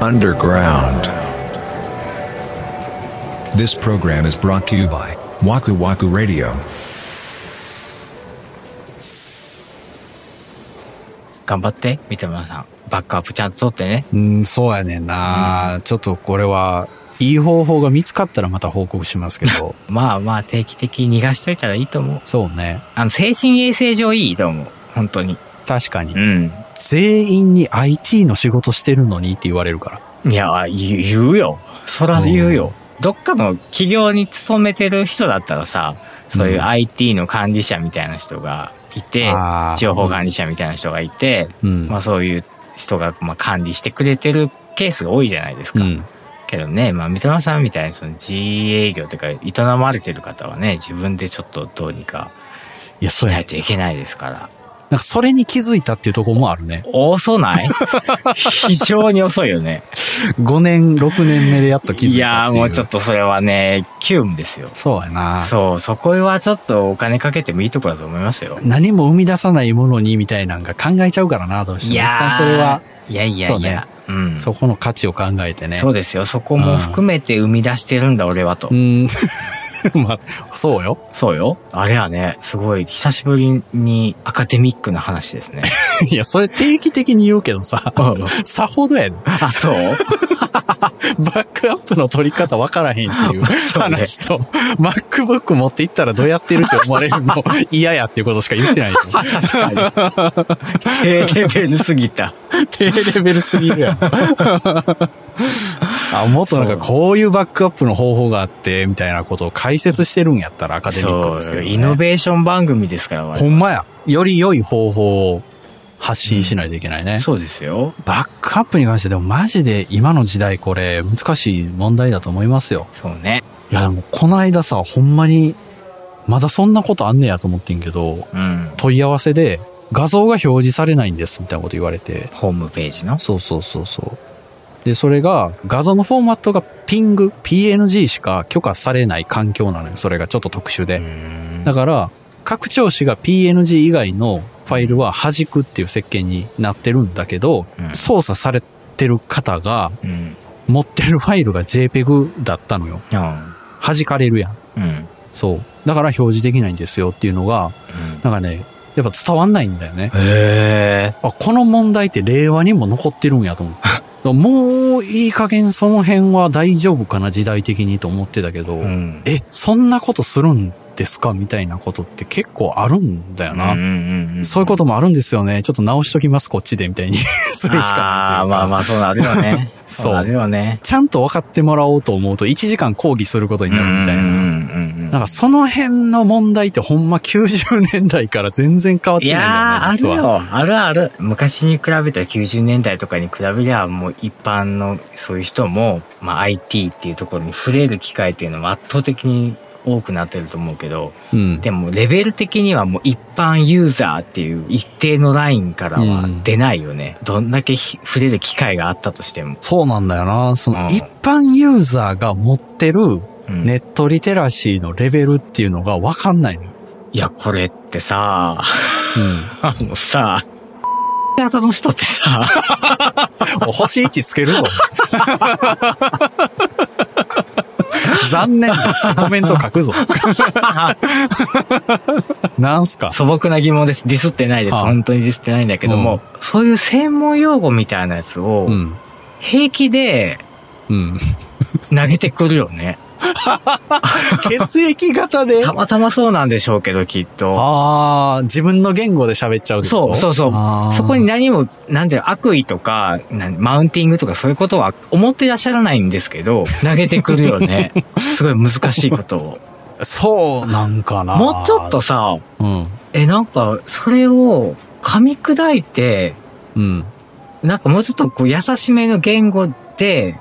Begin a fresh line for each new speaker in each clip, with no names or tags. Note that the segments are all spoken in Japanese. underground.
This program is brought to you by Waku Waku Radio.
頑張って、三田村さん。バックアップちゃんと取ってね。
うん、そうやねんな、ちょっとこれは、いい方法が見つかったらまた報告しますけ ど。
まあまあ、定期的に逃がしといたらいいと思う。
そうね。
あの、精神衛生上いいと思う。本当に。
確かに
う。ん。
全員に IT の仕事してるのにって言われるから。
いや、言う言うよ。そら言うよ。どっかの企業に勤めてる人だったらさ、そういう IT の管理者みたいな人がいて
あー、
情報管理者みたいな人がいて、
うん。
まあそういう人がまあ管理してくれてるケースが多いじゃないです
う
か。
ん。
けどね、まあ、三笘さんみたいにその自営業というか、営まれてる方はね、自分でちょっとどうにか
いや、
し
そうや
ない
ね。
といけないですから。
なんかそれに気づいたっていうところもあるね。
遅ない 非常に遅いよね。
5年、6年目でやっと気づいたってい。
いうやーもうちょっ
と。
とそれはね、急務ですよ。
そうやな。
そう、そこはちょっとお金かけてもいいとこだと思いますよ。
何も生み出さないものにみたいなんか考えちゃうからな、どうしても。
いや
一
ー
旦それは、
いやいや
そう
い
ね
や。うん。
そこの価値を考えてね。
そうですよ。そこも含めて生み出してるんだ、俺はと
う。ん。 まあ、そうよ。
そうよ。あれはね、すごい久しぶりにアカデミックな話です ね。
いや、それ定期的に言うけどさ、さほどやね
あ、そう
バックアップの取り方わからへんっていう話と、MacBook 持って行ったらどうやってるって思われるの 嫌やっていうことしか言ってないよ。
確かに。レベルすぎた。
低レベルすぎるやん。 あ、もっとなんかこういうバックアップの方法があって、みたいなことを解説してるんやったらアカデミックですけ
そう
ど、
よ
ね。
イノベーション番組ですから、我
ほ
々
んまや。より良い方法を発信しないといけないね。
そうですよ。
バックアップに関してでもマジで今の時代これ難しい問題だと思いますよ。
そうね。
いやでもこの間さ、ほんまにまだそんなことあんねやと思ってんけど、
うん。
問い合わせで画像が表示されないんですみたいなこと言われて。
ホームページの。
そうそうそうそう。で、それが画像のフォーマットがピング、PNG しか許可されない環境なのよ。それがちょっと特殊で。だから、拡張子が PNG 以外のファイルは弾くっていう設計になってるんだけど、
うん
操作されてる方が
うん。
持ってるファイルが JPEG だったのよ。
うん。
弾かれるやん。
うん。
そう。だから表示できないんですよっていうのが、なんかね、やっぱ伝わんないんだよね。
へえ。
あ、この問題って令和にも残ってるんやと思って。だ からもういい加減その辺は大丈夫かな、時代的にと思ってたけど、
うん。
え、そんなことするんですかみたいなことって結構あるんだよな。
うんうんうん。
そういうこともあるんですよね。ちょっと直しときます、こっちで、みたいに するしか
あ
ないと
あ
い
ー、
うか
まあまあ、そうなるよね。
そう
そうなるよね。
ちゃんと分かってもらおうと思うと1時間講義することになるみたいな。
うんうんうんうん
なんかその辺の問題ってほんま90年代から全然変わっ
い
てな
や
いんだ
ー、
よ
あるよ。
ね、実は。
あるある。昔に比べたら90年代とかに比べりゃ、もう一般のそういう人も、まあ IT っていうところに触れる機会っていうのは圧倒的に多くなってると思うけど、
うん。
でもレベル的にはもう一般ユーザーっていう一定のラインからは出ないよね。どんだけひ触れる機会があったとしても。
そうなんだよな。そ
うん
の一般ユーザーが持ってる
うん
ネットリテラシーのレベルっていうのがわかんないのよ。
いや、これってさ、
うん。
あの さ、型の人ってさ、
お星1つけるぞ。 残念です。コメント書 くぞ。なんすか
素朴な疑問です。ディスってないです。
はい
本当にディスってないんだけども、そういう専門用語みたいなやつを
う、ん。
平気で
うん。
投げてくるよね。
血液型で
たまたまそうなんでしょうけど、きっと。
ああ、自分の言語で喋っちゃうって
そ
こと
うそうそう
あ。ー
そこに何も、なんていうの悪意とか、なんマウンティングとかそういうことは思ってらっしゃらないんですけ ど、投げてくるよね。すごい難しいことを。
そうなんかな。
もうちょっと。さ、
うん。
え、なんか、それを噛み砕いて、
うん。
なんかもうちょっとこう優しめの言語で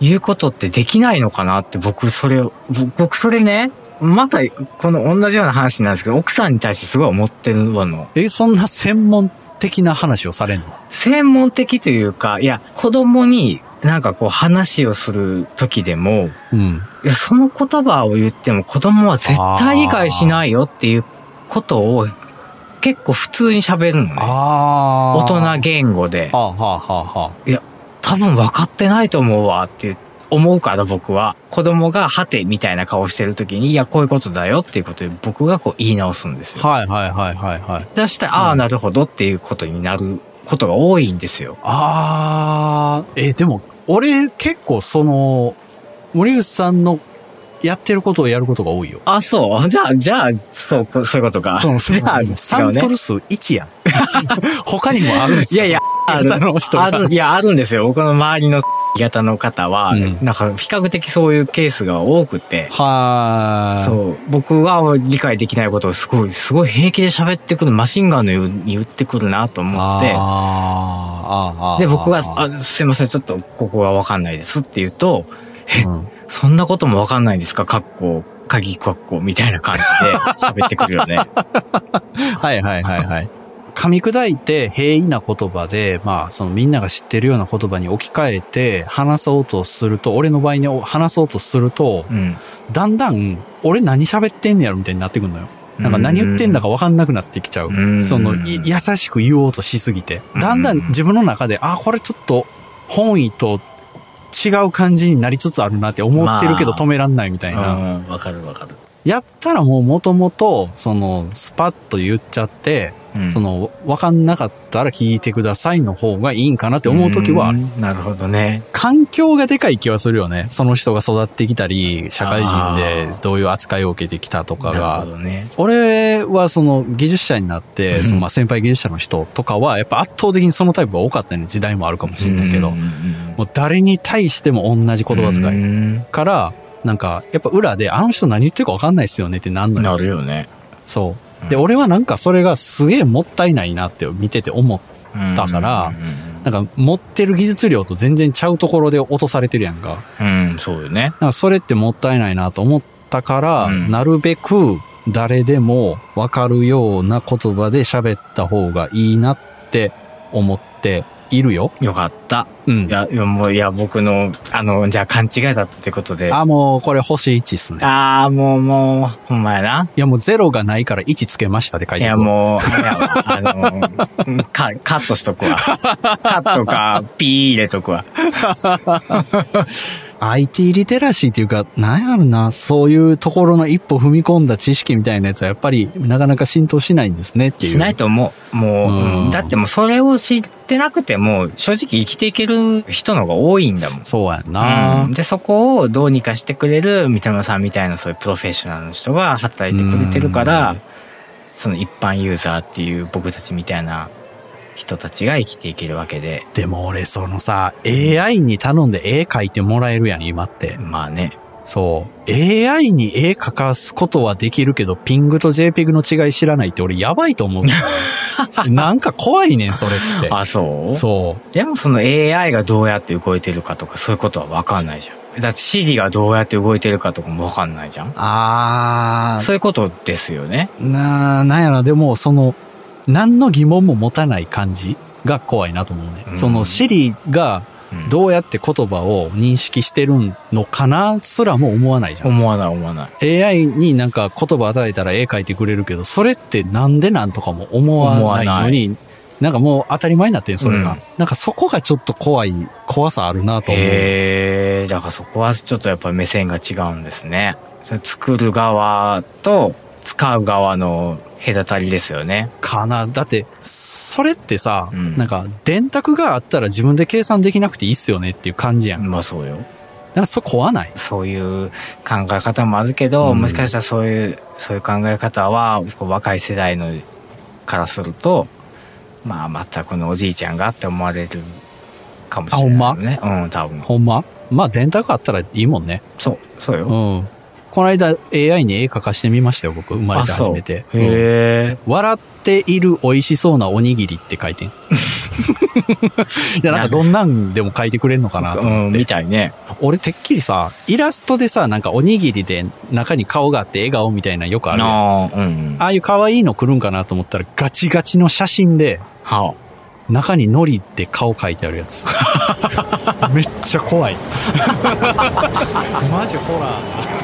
言うことってできないのかなって僕それを、僕僕それね、またこの同じような話なんですけど、奥さんに対してすごい思ってるわの。
え、そんな専門的な話をされんの
専門的というか、いや、子供になんかこう話をする時でも、
うん。
いや、その言葉を言っても子供は絶対理解しないよっていうことを結構普通に喋るのね。
ああ。
大人言語で
は。あはあはあはあ。
多多分分かってないと思うわって思うから僕は子供がはてみたいな顔してる時にいやこういうことだよっていうことで僕がこう言い直すんですよ。
はいはいはいはいはい。
出してああなるほどっていうことになることが多いんですよ。
あー、え、でも、俺結構その、森口さんのやってることをやることが多いよ。
あそうじゃあじゃあそうこそういうことか。
そう、
じゃあ違うね。
サンプル数1やん。他にもあるんです
いやいや、ある
あの人が
あるいや、あるんですよ。僕の周りの型の方は、
うん
なんか比較的そういうケースが多くて、
はー
そう、僕は理解できないことをすごい、すごい平気で喋ってくる、マシンガンのように言ってくるなと思って、
あーあーあー
で、僕が、
あ
あすいません、ちょっとここがわかんないですって言うと、
ー、うん
そんなこともわかんないんですかかっこ、鍵かっこ、みたいな感じで喋ってくる よね。
はいはいはいはい。噛み砕いて平易な言葉で、まあ、そのみんなが知ってるような言葉に置き換えて話そうとすると、俺の場合に話そうとすると
う、ん。
だんだん、俺何喋ってんねやろみたいになってくるのよ。なんか何言ってんだか分かんなくなってきちゃう。
うん
その、い優しく言おうとしすぎて。だんだん自分の中で、あ、これちょっと本意と違う感じになりつつあるなって思ってるけど
まあ
止めらんないみたいな。
うん、わかるわかる。
やったらもう元々、その、スパッと言っちゃって、
うん
その、わかんなかったら聞いてくださいの方がいいんかなって思う時はある、
んなるほどね。
環境がでかい気はするよね。その人が育ってきたり、社会人でどういう扱いを受けてきたとか
なる
が
ほ。どね。
俺はその技術者になって、
うん
そのまあ先輩技術者の人とかは、やっぱ圧倒的にそのタイプが多かったよね。時代もあるかもしれないけど、
うんうんうん
もう誰に対しても同じ言葉遣い。
い。
から、なんか、やっぱ裏で、あの人何言ってるか分かんないっすよねってなんのよ。
なるよね。
そう。で、俺はなんかそれがすげえもったいないなって見てて思っだからなんか持ってる技術量と全然ちゃうところで落とされてるやんか。
うん、うん、そうよね。
なんかそれってもったいないなと思ったから、
うん
なるべく誰でもわかるような言葉で喋った方がいいなって思っているよ。
よかった。
うん
い。や、いやもう、いや、僕の、あの、じゃあ勘違いだったってことで。あ
あ、もうこれ星1っすね。
あー、もう、もう、ほんまやな。
いやもうゼロがないから1つけましたで書い
い
てく
や、
る
もう、あれやわあの、カカットしとくわ。カットか、 ピー入れとくわ。
IT リテラシーっていうか、なんやろな、そういうところの一歩踏み込んだ知識みたいなやつはやっぱりなかなか浸透しないんですねっていう。
しないと思う。もう、
うん
うんだってもうそれを知ってなくても、正直生きていける人の方が多いんだもん。
そうやんな
うん。でそこをどうにかしてくれる三田村さんみたいなそういうプロフェッショナルの人が働いてくれてるから、
うん
その一般ユーザーっていう僕たちみたいな人たちが生きていけるわけで
でも俺そのさ、AI に頼んで絵描いてもらえるやん、今って。
まあね
そう。AI に絵描かすことはできるけど、ピングと JPEG の違い知らないって俺やばいと 思う。なんか怖いねん、それって。
あそう
そ
でもその AI がどうやって動いてるかとかそういうことは分かんないじゃんだって Siri がどうやって動いてるかとかも分かんないじゃん
う。あ
そういうことですよね
ー、なー、なんやろでもその、何の疑問も持たない感じが怖いなと思うね。
うん
その、シリが
うん
どうやって言葉を認識してるのかなすらも思わないじゃん。
思わない思わない
AI になんか言葉与えたら絵描いてくれるけど、それってなんでなんとかも思
思わ
わない
ない
のに、ななんかもう当たり前になってん、それが、
うん
なんかそこがちょっと怖い、怖さあるなと思う。
へえだからそこはちょっとやっぱり目線が違うんですねそれ作る側と使う側の隔たりですよね
かな。だって、それってさ、
うん
なんか電卓があったら自分で計算できなくていいっすよねっていう感じやん。なん
まあそうよ
かそれ怖ない。
そういう考え方もあるけど、
うん
もしかしたらそういうそういう考え方はこう若い世代のからするとまあまたこのおじいちゃんがって思われるかもしれないよねうん多分
ほんままあ電卓あったらいいもんね。
そうそう
う
よ、
ん。この間 AI に絵描かしてみましたよ、僕。生まれ
あ
て
そ
初
う
めて。うん
へえ
笑っている美味しそうなおにぎりって書い てん。いや、なんかどんなんでも書いてくれんのかなと
う
思
ん
って。
みたいね
俺てっきりさ、イラストでさ、なんかおにぎりで中に顔があって笑顔みたいなのよくあるやん。あ
あーうん
あいう可愛いの来るんかなと思ったらガチガチの写真で
はあ
中にノリって顔書いてあるや つ。めっちゃ怖い。マジホラーな。